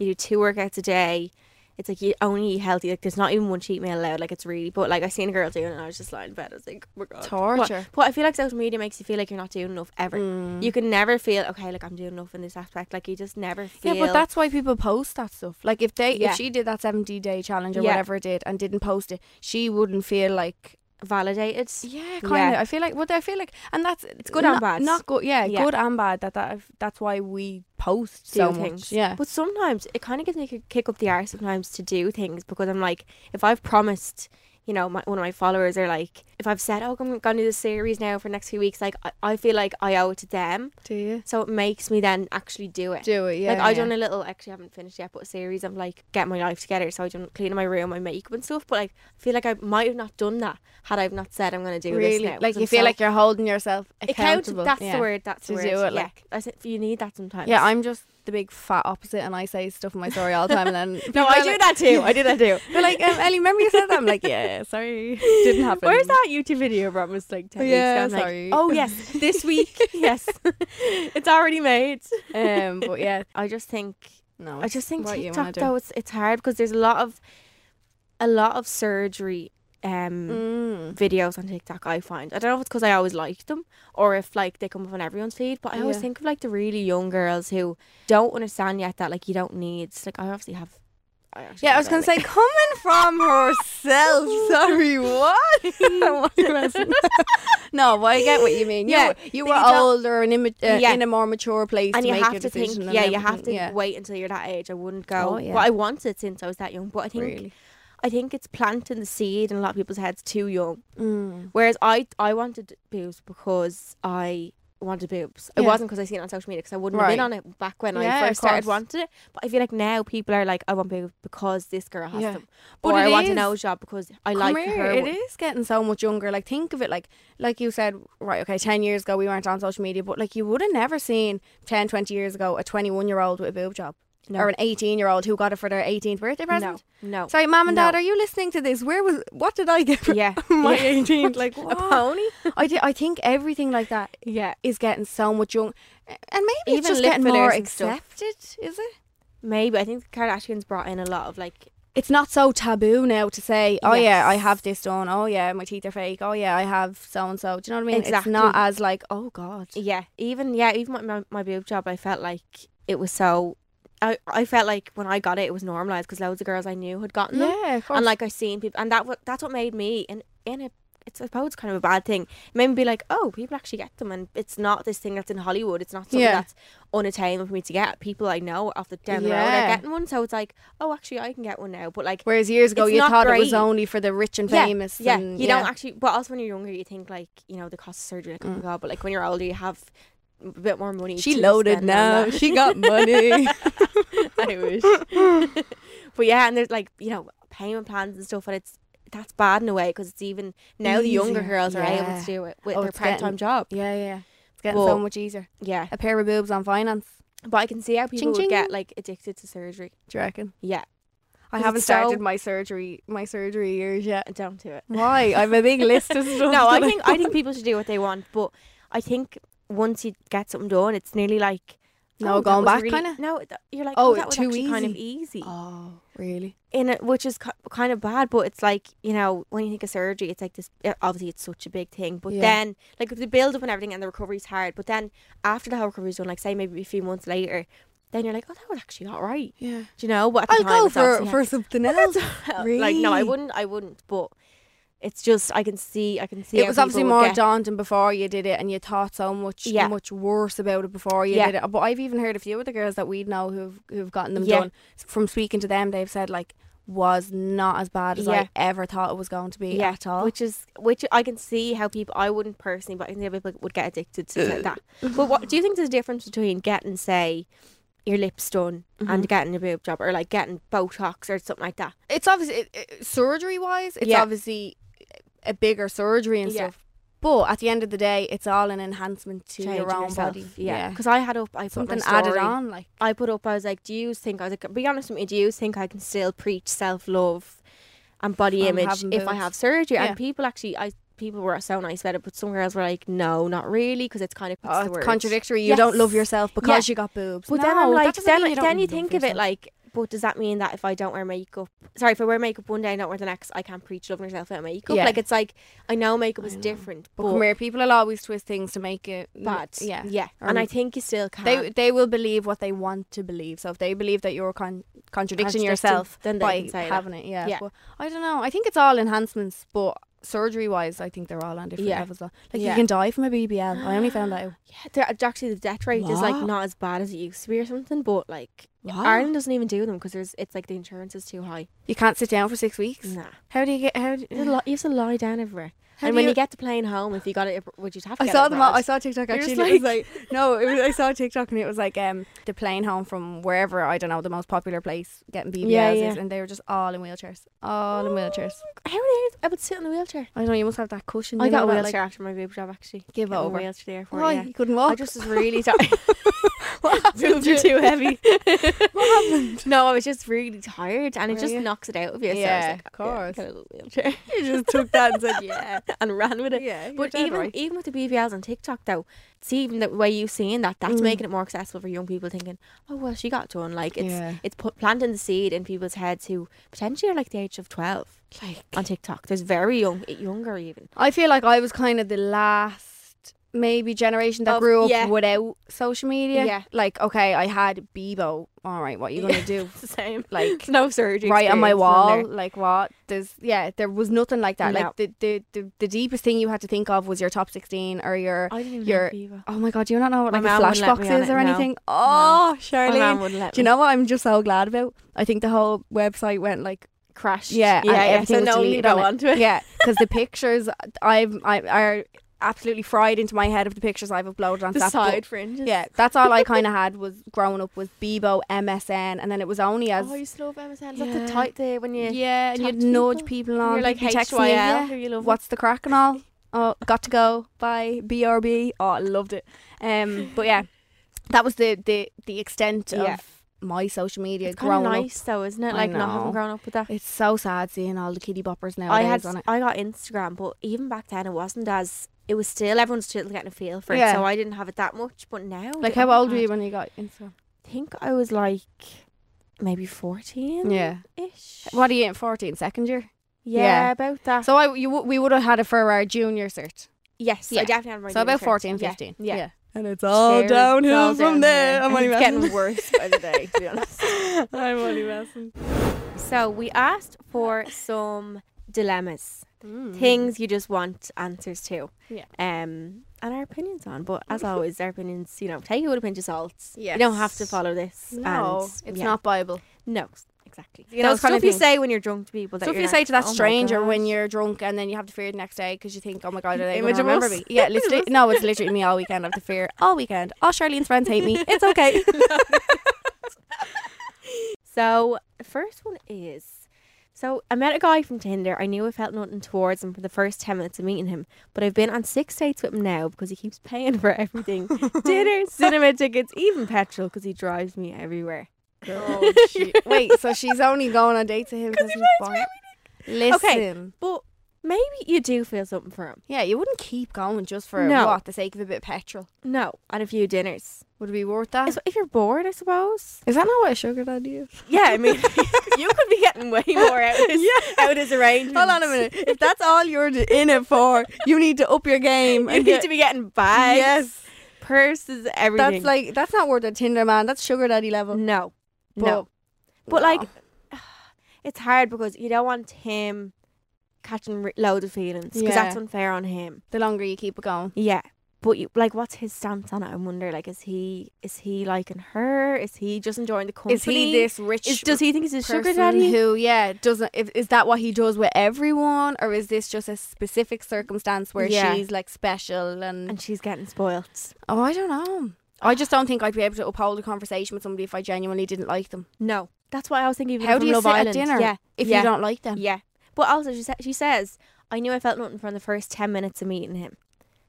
you do two workouts a day. It's like you only eat healthy. Like there's not even one cheat meal allowed. Like it's really but like I seen a girl doing it and I was just lying in bed. I was like, oh my god.
Torture. Mm.
But, but I feel like social media makes you feel like you're not doing enough ever. You can never feel okay, like I'm doing enough in this aspect. Like you just never feel
Yeah, but that's why people post that stuff. Like if they
Yeah.
if she did that seventy day challenge or
Yeah.
whatever it did and didn't post it, she wouldn't feel like
validated.
yeah, kind of. I feel like what I feel like, and that's it's
good and
not-
bad.
Not good, yeah,
Yeah.
good and bad. That that that's why we post
do
so
things.
much. Yeah,
But sometimes it kind of gives me a kick up the arse sometimes to do things because I'm like, if I've promised, you know, my, one of my followers are like, if I've said, oh, I'm going to do this series now for the next few weeks, like, I, I feel like I owe it to them.
do you
So it makes me then actually do it.
do it? Yeah,
like, I
yeah.
done a little, actually, I haven't finished yet, but a series of like, get my life together. So I done cleaning my room, my makeup and stuff. But like, I feel like I might have not done that had I've not said I'm going to do this
really
now.
like
'cause
you
I'm
feel
so
like you're holding yourself accountable.
accountable. That's
yeah.
the word. That's the
To
word.
do it,
yeah.
like-
I said, you need that sometimes.
Yeah, I'm just the big fat opposite, and I say stuff in my story all the time, and then people
No,
are
I do
like-
that too. I do that too.
They're like, um, Ellie, remember you said that? I'm like, yeah, sorry, didn't happen.
Where's that YouTube video from? It's like 10
Yeah,
weeks ago. I'm like,
sorry.
oh, yes, this week. yes. it's already made.
Um, but yeah,
I just think,
no,
I just think
what you wanna
TikTok,
do.
though, it's, it's hard because there's a lot of, a lot of surgery um,
Mm.
videos on TikTok, I find. I don't know if it's because I always like them or if, like, they come up on everyone's feed, but I always
Yeah.
think of, like, the really young girls who don't understand yet that, like, you don't need, like, I obviously have. I actually
Yeah, I
have
was gonna
that, like-
say coming from herself. Sorry, what? Why you messing- no, but I get what you mean.
Yeah,
Yeah, you,
that
were
you don't-
older and imma- uh,
Yeah.
in a more mature place,
and
to
you
make
have
your
to think
decision and
yeah you have to
everything. yeah.
wait until you're that age i wouldn't go
Oh, yeah.
but i wanted since i was that young but i think
Really.
i think it's planting the seed in a lot of people's heads too young
Mm.
whereas i i wanted boobs because i wanted boobs it
Yeah.
wasn't because i seen it on social media because i wouldn't have been
Right.
on it back when
Yeah,
i
of
first started
course.
wanting it but i feel like now people are like i want boobs because this girl has
Yeah.
them
But
or i
it
want a
is-
nose job because i
Come
like
here,
her
it
one.
is getting so much younger. Like think of it, like like you said, right? Okay, ten years ago we weren't on social media, but like you would have never seen 10, 20 years ago a twenty-one year old with a boob job.
No.
or an 18 year old who got it for their 18th birthday present.
No. No.
Sorry, mom and dad,
No.
are you listening to this? Where was what did I get for
Yeah.
my
Yeah.
18th? Like
A
what?
pony?
I thi- I think everything like that
Yeah.
is getting so much young, and maybe it's
Even
just
lip
getting more
fillers and stuff.
accepted. Is it?
Maybe. I think the Kardashians brought in a lot of like
It's not so taboo now to say, oh yeah, I
Yes.
have this done. Oh yeah, my teeth are fake. Oh yeah, I have so and so. Do you know what I mean?
Exactly.
It's not as like, oh god.
Yeah, even yeah, even my, my, my boob job, I felt like it was so. I, I felt like when I got it, it was normalized because loads of girls I knew had gotten them,
Yeah, of course.
and like I seen people, and that wa- that's what made me and in it. It's I suppose kind of a bad thing. It made me be like, oh, people actually get them, and it's not this thing that's in Hollywood. It's not something
Yeah.
that's unattainable for me to get. People I know off the down the road
Yeah.
are getting one, so it's like, oh, actually, I can get one now. But like,
Whereas years ago,
It's
you
not
thought it was
great.
only for the rich and famous.
Yeah,
and-
you
yeah. Mm.
don't actually. But also when you're younger, you think like you know the cost of surgery, like oh my god. But like when you're older, you have a bit more money.
She
to
loaded
spend on
now.
that.
She got money.
I wish. but yeah, and there's like you know payment plans and stuff, and it's that's bad in a way because it's even now the younger
Easier,
girls are able
yeah.
to do it with
Oh,
their
it's getting-
part time job.
Yeah, yeah. It's getting so
Well-
much easier.
Yeah,
A pair of boobs on finance.
but I can see how people
Ching, ching.
would get like addicted to surgery.
Do you reckon?
Yeah,
I
'Cause
haven't
it's so-
started my surgery my surgery years yet.
don't do it.
Why? I've a big list of stuff.
no, I
that
think I think people should do what they want, but I think once you get something done, it's nearly like oh,
No
that
going
was
back kinda?
No, th- you're like
Oh,
oh, that was
too
actually kind of easy,
Oh, really?
in it, which is ki- kind of bad. But it's like you know when you think of surgery, it's like this. uh, Obviously, it's such a big thing, but
Yeah.
then like the build up and everything, and the recovery's hard. But then after the whole recovery's done, like say maybe a few months later, then you're like, oh, that was actually all right.
Yeah.
Do you know? But at the
I'll
time,
go
it's
for
obviously-
for something
Well, that's
else.
all- Like no, I
Really?
wouldn't. I wouldn't. But it's just I can see. I can see.
It
how
was obviously
people would
more
get-
daunting before you did it, and you thought so much,
Yeah.
much worse about it before you
Yeah.
did it. But I've even heard a few of the girls that we know who've who've gotten them
Yeah.
done. From speaking to them, they've said like was not as bad as
Yeah.
I ever thought it was going to be
yeah,
at all.
Which is which I can see how people I wouldn't personally, but I can see how people would get addicted to like that. But what do you think there's a difference between getting say your lips done
Mm-hmm.
and getting a boob job, or like getting Botox or something like that?
it's obviously it, it, surgery wise, it's
Yeah.
obviously a bigger surgery and
Yeah.
stuff. But at the end of the day, it's all an enhancement to
Changing
your own
yourself.
body.
yeah. Because I had up, I put my
something added
story-
on, like
I put up. I was like, do you think? I was like, be honest with me. Do you think I can still preach self love and body
And
image
having
if I
boobs.
have surgery?
Yeah.
And people actually, I people were so nice about it, but some girls were like, no, not really, because it's kind of what's
oh,
the
it's
word?
contradictory. You
Yes.
don't love yourself because you got boobs.
But then I'm
No, that
like,
doesn't
then,
mean
you
don't
then you
love
think of it
yourself.
like, but does that mean that if I don't wear makeup, sorry, if I wear makeup one day and don't wear the next, I can't preach loving yourself without makeup?
Yeah.
Like, it's like, I know makeup is different,
But
but
come here, people will always twist things to make it
bad.
Yeah,
Yeah.
Or-
and I think you still can.
They they will believe what they want to believe. So if they believe that you're con- contradicting
Contradicting,
yourself
then they
by
can say that.
having it, yeah.
Yeah.
But I don't know. I think it's all enhancements, but surgery wise, I think they're all on different
Yeah.
levels. Though. Like you
Yeah.
can die from a BBL. I only found that out.
yeah, they're- actually, the death rate is like
What?
not as bad as it used to be or something, but like,
What?
Ireland doesn't even do them because there's it's like the insurance is too high.
You can't sit down for six weeks.
Nah.
How do you get? How? Do,
You have to li- you have to lie down everywhere.
How
and
do
when
you-
you get to plane home, if you got it, would you have to
I
get
saw
it
them. All, I
abroad?
saw TikTok
You're
actually.
just
and it was like no, it was, I saw TikTok and it was like um the plane home from wherever I don't know the most popular place getting BBLs
Yeah,
is,
yeah.
and they were just all in wheelchairs, all in wheelchairs.
How are they? I would sit in the wheelchair.
I don't know. You must have that cushion.
I
you
got a
know, that,
wheelchair
like-
after my boob job, actually.
Give
Got a
over.
wheelchair to the airport,
Why
yeah.
you couldn't walk?
I just was really tired.
what happened
Boobs
to
are
you?
too heavy. no, I was just really tired, and it
Were
just
you?
knocks it out of you.
Yeah,
so
of
I was like, "Oh, yeah,
course.
get a little wheelchair.
You just took that and said yeah.
and ran with it.
Yeah, you're
but
dead
even
right.
even with the BBLs on TikTok though, see even the way you've seen that,
Mm.
that's making it more accessible for young people. Thinking, oh well, she got done. Like it's
Yeah.
it's put, planting the seed in people's heads who potentially are like the age of twelve on TikTok. There's very young, younger even.
I feel like I was kind of the last maybe generation that
Of-
grew up
yeah.
without social media.
Yeah.
Like okay, I had Bebo. All right, what are you gonna do?
It's the same.
Like,
no surgery.
right on my
experience, none there.
wall. Like what? There's yeah, there was nothing like that.
No.
Like the, the the the deepest thing you had to think of was your top sixteen or your
I didn't even
your.
have Bebo.
Oh my god, do you not know what
My
like
mum
a
wouldn't let me on
flashbox is
it,
or
no.
anything? Oh,
My
Charlene.
mum wouldn't let
do you
me.
know what I'm just so glad about? I think the whole website went like
Crashed. yeah.
yeah, and
yeah.
everything
So
was
no, you
deleted
don't
on
want to it.
Yeah, because the pictures I've I are absolutely fried into my head of the pictures I've uploaded on
The
Snap, but-
side fringes.
Yeah, that's all I kind of had was growing up was Bebo, MSN, and then it was only as
Oh, I used to love MSN. Is
Yeah.
that the tight there when you?
yeah, and
talk
you'd
to
nudge
people,
people
and
on.
you're like
people texting
HYL,
you, yeah,
E. who you love.
What's the crack and all? Oh, got to go. Bye, BRB. Oh, I loved it. Um, but yeah, that was the the the extent
Yeah.
of my social media
It's kind of
growing up.
nice though, isn't it?
I
Like not
know.
having grown up with that.
It's so sad seeing all the kiddie boppers now
I had
on it.
I got Instagram, but even back then it wasn't as it was still everyone's still getting a feel for
Yeah.
it, so I didn't have it that much. But now,
Like,
oh
how
my
old were
God.
you when you got Instagram?
I think I was like maybe fourteen.
Yeah.
ish.
What are you in? 14, second year?
Yeah,
yeah.
about that.
So I, you, w- we would have had it for our junior cert.
yes,
yeah.
I definitely had my
So about
junior cert.
14,
Yeah,
15.
Yeah.
And it's
Scary. It's all downhill. And it's getting worse by the day, to be honest.
I'm only messing.
So we asked for some dilemmas,
Mm.
things you just want answers to,
Mm-hmm. Yeah. Mm-hmm.
um, and our opinions on. But as always, our opinions, you know, take it with a pinch of salt.
Yes.
you don't have to follow this.
No,
and,
it's
yeah.
not Bible.
No, exactly.
You
You
know,
know,
it's kind
stuff
of
you
thing-
say when you're drunk to people. That
So if
you're
you
like,
say to that
"Oh my
stranger
God."
when you're drunk and then you have to fear the next day because you think, oh my God, are they going
Image
to
of
remember
us.
me? Yeah, literally. no, it's literally me all weekend. I have to fear all weekend. All Charlene's friends hate me. It's okay.
So the first one is so I met a guy from Tinder. I knew I felt nothing towards him for the first ten minutes of meeting him, but I've been on six dates with him now because he keeps paying for everything: dinner, cinema tickets, even petrol, because he drives me everywhere.
Oh, she- Wait, so she's only going on dates with him because he's bonk. Listen.
But maybe you do feel something for him.
Yeah, you wouldn't keep going just for
No.
what the sake of a bit of petrol.
No, and a few dinners.
Would it be worth that?
If- If you're bored, I suppose.
Is that not what a sugar daddy is?
Yeah, I mean, you could be getting way more out of this, out of this arrangement.
Hold on a minute. If that's all you're d- in it for, you need to up your game.
You
and
need
get-
to be getting bags,
yes,
purses, everything.
that's like that's not worth a Tinder man. That's sugar daddy level.
No,
But-
no. But
No.
like, it's hard because you don't want him catching re- loads of feelings because
Yeah.
that's unfair on him.
The longer you keep it going,
Yeah, but you, like, what's his stance on it? I wonder. Like, is he is he liking her? Is he just enjoying the company?
is he this rich?
Is, does he think he's a sugar
person
daddy?
who yeah doesn't if, is that what he does with everyone or is this just a specific circumstance where
Yeah.
she's like special and,
and she's getting spoiled.
oh i don't know i just don't think i'd be able to uphold a conversation with somebody if i genuinely didn't like them
No, that's why I was thinking. even
how
from
do you
Love
sit
Island.
at dinner
Yeah,
if
yeah,
you don't like them
Yeah, but also she sa- she says, "I knew I felt nothing from the first ten minutes of meeting him."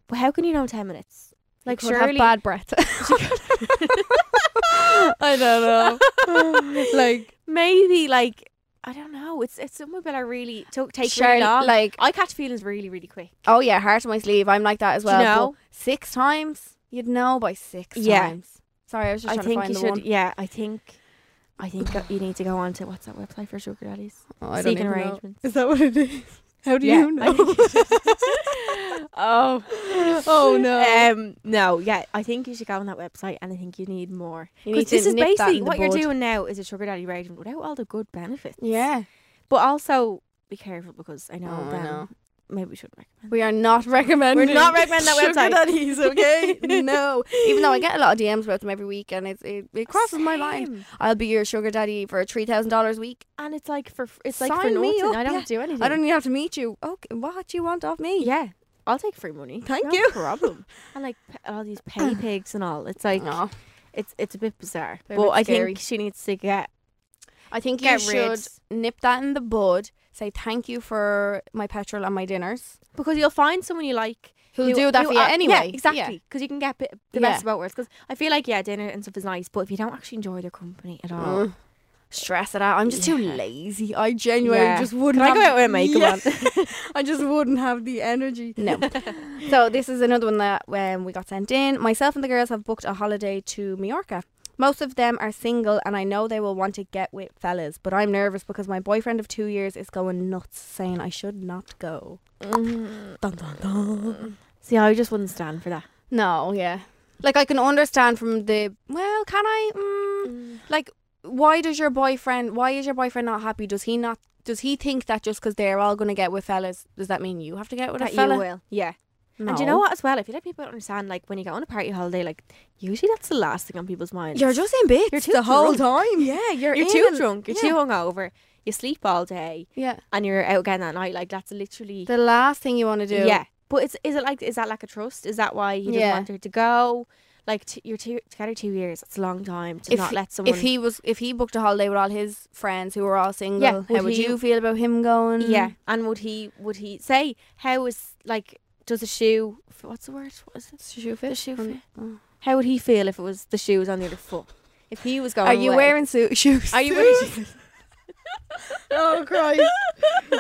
But how can you know ten minutes? Like,
Could
surely
have bad breath i don't know like
maybe like I don't know. It's it's some people are really to take really
Charlotte,
long.
like-
I catch feelings really really quick.
oh yeah heart on my sleeve i'm like that as
Do you
well
know?
but six times you'd know by six
Yeah.
times sorry i was just
I
trying to
think
find
you
the
should.
one
Yeah, I think. I think that you need to go on to what's that website for sugar daddies?
Oh,
I don't Seeking even know. arrangements.
Is that what it is? How do
Yeah,
you
I
know?
think you should- oh,
Oh, no.
Um, no, yeah. I think you should go on that website, and I think you need more.
You
'Cause
need to
this is
nip that in
basically
the
what
bud.
you're doing now is a sugar daddy arrangement without all the good benefits.
yeah.
but also be careful because I know
Oh, I
that
know.
maybe we shouldn't recommend.
We are not recommending.
recommending that
sugar
website.
daddies, okay? no. Even though I get a lot of DMs about them every week, and it's, it it crosses my line.
Same.
I'll be your sugar daddy for three thousand dollars a week.
and it's like for fr- it's like for
Sign me
nothing.
up,
I don't
yeah.
have to do anything.
I don't even have to meet you. Okay, what do you want off me?
Yeah, I'll take free money.
Thank
No
you.
Problem. and like p- all these pay pigs and all. It's like
Aw.
it's it's a bit bizarre.
They're a
but
bit
I
scary.
think she needs to get
I think you
Get
should
rid.
nip that in the bud. Say thank you for my petrol and my dinners.
because you'll find someone you like.
Who'll
who-
do that
who
for you
are- Yeah,
anyway.
exactly. Because you can get bit, the
Yeah.
best about words. Because I feel like yeah, dinner and stuff is nice, but if you don't actually enjoy their company at all,
Mm. Stress it out. I'm just too
Yeah.
lazy. I genuinely
Yeah.
just wouldn't.
Can I
have
go out with a makeup
Yeah.
on?
I just wouldn't have the energy. No. so this is another one that um, we got sent in. Myself and the girls have booked a holiday to Mallorca. Most of them are single, and I know they will want to get with fellas, but I'm nervous because my boyfriend of two years is going nuts, saying I should not go. Dun, dun, dun.
see, I just wouldn't stand for that.
No, yeah. Like I can understand from the well, can I? Mm, like why does your boyfriend why is your boyfriend not happy does he not does he think that just because they're all going to get with fellas does that mean you have to get with a
That
fella
you will, yeah.
No.
And do you know what as well? I feel like people don't understand. Like when you go on a party holiday, like usually that's the last thing on people's minds.
you're just in bits
You're too
the whole
drunk.
time yeah you're,
you're
in
too
and-
drunk, you're
yeah.
too hungover, you sleep all day,
yeah
and you're out again that night. Like that's literally
the last thing you want to do
yeah. But it's is it like is that lack of trust? Is that why he doesn't
Yeah.
want her to go? Like t- you're two, together two years. It's a long time to
if,
not
he-
let someone.
if he was if he booked a holiday with all his friends who were all single
would
how would
he-
you feel about him going
yeah, and would he would he say how is like does a shoe f- what's the word what is it
shoe fit oh.
The shoe fit. how would he feel if it was the shoes on the other foot? If he was going,
Are you
away-
wearing suit shoes?
Are you wearing?
oh Christ!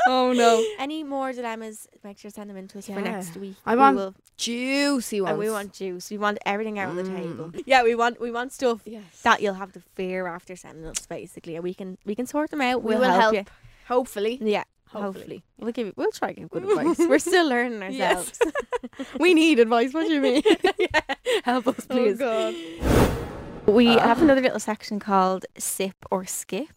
Oh no!
Any more dilemmas? Make sure to send them in to us
Yeah.
for next week.
I
We
want
will-
Juicy ones. Mm.
and we want juice. We want everything out on the table. Yeah, we want we want stuff
Yes.
that you'll have the fear after sending us. Basically, and we can we can sort them out.
We
We'll
will
help,
help. Hopefully,
you. Yeah,
Hopefully.
hopefully. we'll give you, we'll try to give good advice. We're still learning ourselves.
Yes. we need advice. What do you mean?
help us, please.
Oh, God. Ah.
We have another little section called Sip or Skip.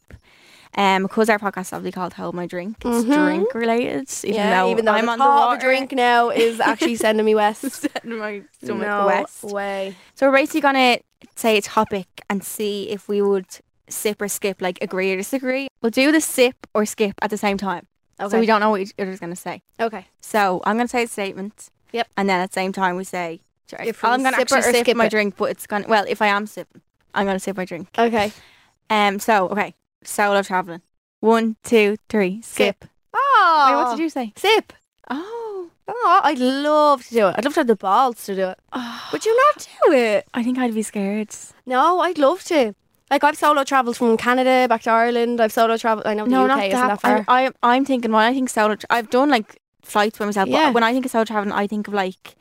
Um, because our podcast is obviously called Hold My Drink, it's
Mhm.
drink related. Even
Yeah,
though
even though
I'm
the
on
thought
the
of
water.
a drink now is actually sending me west.
setting my stomach
no
west.
way.
So we're basically gonna say a topic and see if we would sip or skip, like agree or disagree. We'll do the sip or skip at the same time,
Okay.
so we don't know what each other's gonna say.
okay.
So I'm gonna say a statement.
Yep.
And then at the same time we say,
If
if
we
I'm gonna
sip it
actually
or
sip
skip
my
it.
drink, but it's gonna well, if I am sipping, I'm gonna sip my drink.
Okay.
Um. So okay, solo traveling. One, two, three, skip.
Oh.
Wait, what did you say?
sip?
Oh.
Oh, I'd love to do it. I'd love to have the balls to do it.
Ah.
Would you not do it?
I think I'd be scared.
No, I'd love to. Like I've solo travelled from Canada back to Ireland. I've solo travelled. I know the
No,
UK
not
isn't that,
that.
far.
I, I, I'm thinking when I think solo, tra- I've done like flights by myself.
Yeah.
But when I think of solo traveling, I think of like,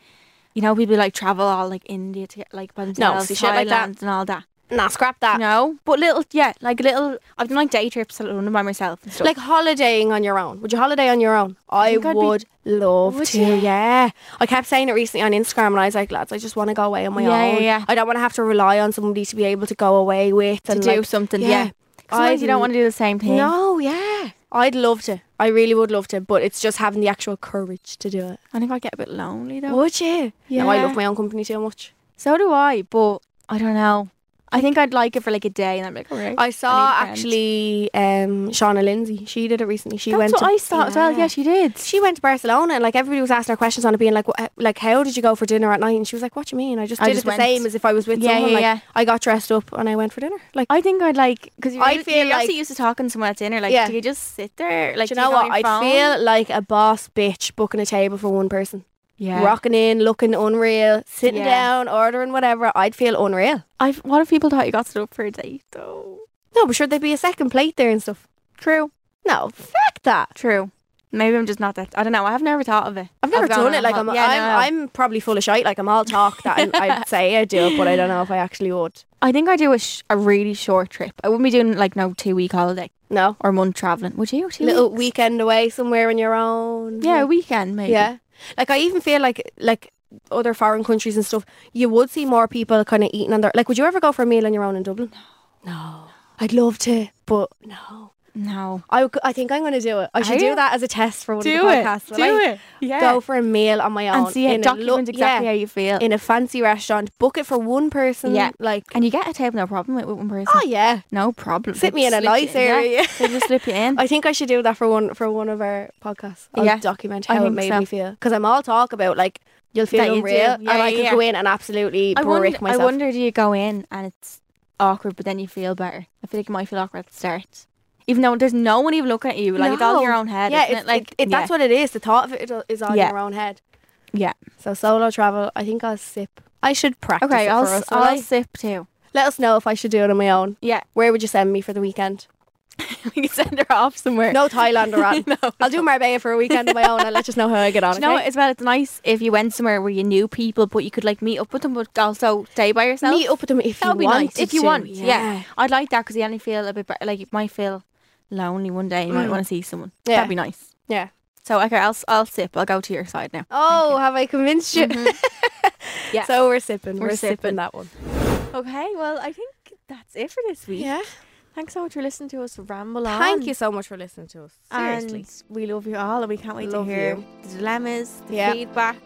you know, people like travel all like India to get like by themselves,
see,
Thailand
shit like that.
and all that. Uh,
nah, scrap that.
no, but little, yeah, like little. I've done like day trips to London by myself. And stuff.
Like holidaying on your own. Would you holiday on your own? I,
think I'd be-
would love
Would
to.
you?
Yeah. I kept saying it recently on Instagram, and I was like, lads, I just want to go away on my
Yeah, yeah,
own.
yeah.
I don't want to have to rely on somebody to be able to go away with
to
and
do
like,
something.
yeah.
Yeah. Sometimes you
I'd-
don't want to do the same thing.
No, yeah. I'd love to. I really would love to, but it's just having the actual courage to do it.
I think I get a bit lonely though.
Would you? Yeah. No, I
Yeah.
love my own company too much.
So do I, but I don't know. I think I'd like it for like a day, and I'm like, all right.
I saw
need a friend.
actually um, Shauna Lindsay. She did it recently. She
That's
went.
what
to,
I saw as well. Yeah, she did.
she went to Barcelona and like everybody was asking her questions on it, being like, "Wha- like how did you go for dinner at night? And she was like, what do you mean? I just
I
did
just
it the
went."
same as if I was with
Yeah,
someone.
yeah,
like,
yeah.
I got dressed up and I went for dinner. Like,
I think I'd like because you're,
I
used-
feel
you're obviously
like-
used to talking to someone at dinner. Like,
Yeah.
do you just sit there? Like,
do you
take
know
out
what?
your
I'd
phone?
feel like a boss bitch booking a table for one person,
yeah.
rocking in, looking unreal, sitting
Yeah.
down, ordering whatever. I'd feel unreal.
I've, what if people thought you got stood up for a date though?
No, but should there be a second plate there and stuff?
True,
No, fuck that.
true. Maybe I'm just not that. I don't know. I have never thought of it.
I've never
gone
done
on
it. Like
hol-
I'm,
yeah,
I'm,
no, no.
I'm probably full of shite. Like I'm all talk that and I'd say I do it, but I don't know if I actually would.
I think I do a, sh- a really short trip. I wouldn't be doing like no two week holiday
No,
or month traveling. Would you? Two
little
weeks?
weekend away somewhere on your own.
Yeah, a weekend maybe.
yeah. Like I even feel like like other foreign countries and stuff, you would see more people kind of eating on their. Like, would you ever go for a meal on your own in Dublin? No, no. I'd love to, but no.
No.
I, would- I think I'm going to do it. I should
Are
do
you?
that as a test for one of
Do
the
it.
podcasts.
Do
Like,
it. Yeah.
Go for a meal on my own
and see it.
in a lo-
Document exactly
yeah.
how you feel.
in a fancy restaurant, book it for one person.
Yeah.
Like,
and you get a table, no problem with with one person.
oh yeah.
No problem.
Sit
They'd
me in a
slip you
nice
yeah.
area.
They just slip you in.
I think I should do that for one for one of our podcasts. I'll
Yeah,
document
I
how it
think
made
so.
me feel because I'm all talk about like you'll feel
That you do.
unreal,
Yeah,
and I
yeah,
could
yeah.
go in and absolutely
I
brick
wonder, I
myself.
wonder, do you go in and it's awkward, but then you feel better? I feel like you might feel awkward at the start, even though there's no one even looking at you. Like it's all in your
No.
own head.
yeah,
isn't
it's,
it? like
it, that's what it is. The thought of it is on
Yeah.
your own head.
Yeah.
So solo travel, I think I'll sip. I should practice.
Okay,
it
I'll
for
s-
us, will
I'll
I?
sip too.
Let us know if I should do it on my own.
Yeah,
Where would you send me for the weekend?
we can send her off somewhere.
No Thailand or on.
No,
I'll do Marbella for a weekend on my own and let us know how I get on.
Do you know
okay?
what, as well? It's nice if you went somewhere where you knew people, but you could like meet up with them, but also stay by yourself.
Meet up with them if
that
you
would be
want.
nice if you want. Yeah. I'd like that because you only feel a bit better. Like you might feel lonely one day. You might
Mm.
want to see someone.
Yeah.
That'd be nice.
Yeah.
So okay, I'll s- I'll sip. I'll go to your side now.
Oh, have I convinced you?
Yeah.
So we're sipping. Mm-hmm. We're,
We're
sipping.
sipping.
that one.
Okay, well, I think that's it for this week. Thanks so much for listening to us ramble on.
Thank you so much for listening to us. Seriously.
And we love you all, and we can't wait
Love
to hear
you.
the dilemmas, the
Yeah.
feedback.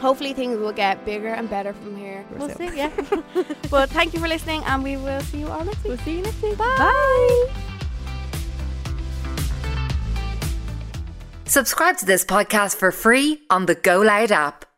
Hopefully things will get bigger and better from here.
We'll
So-
see. Yeah.
but thank you for listening, and we will see you all next week.
we'll see you next week.
Bye.
Subscribe to this podcast for free on the Go Loud app.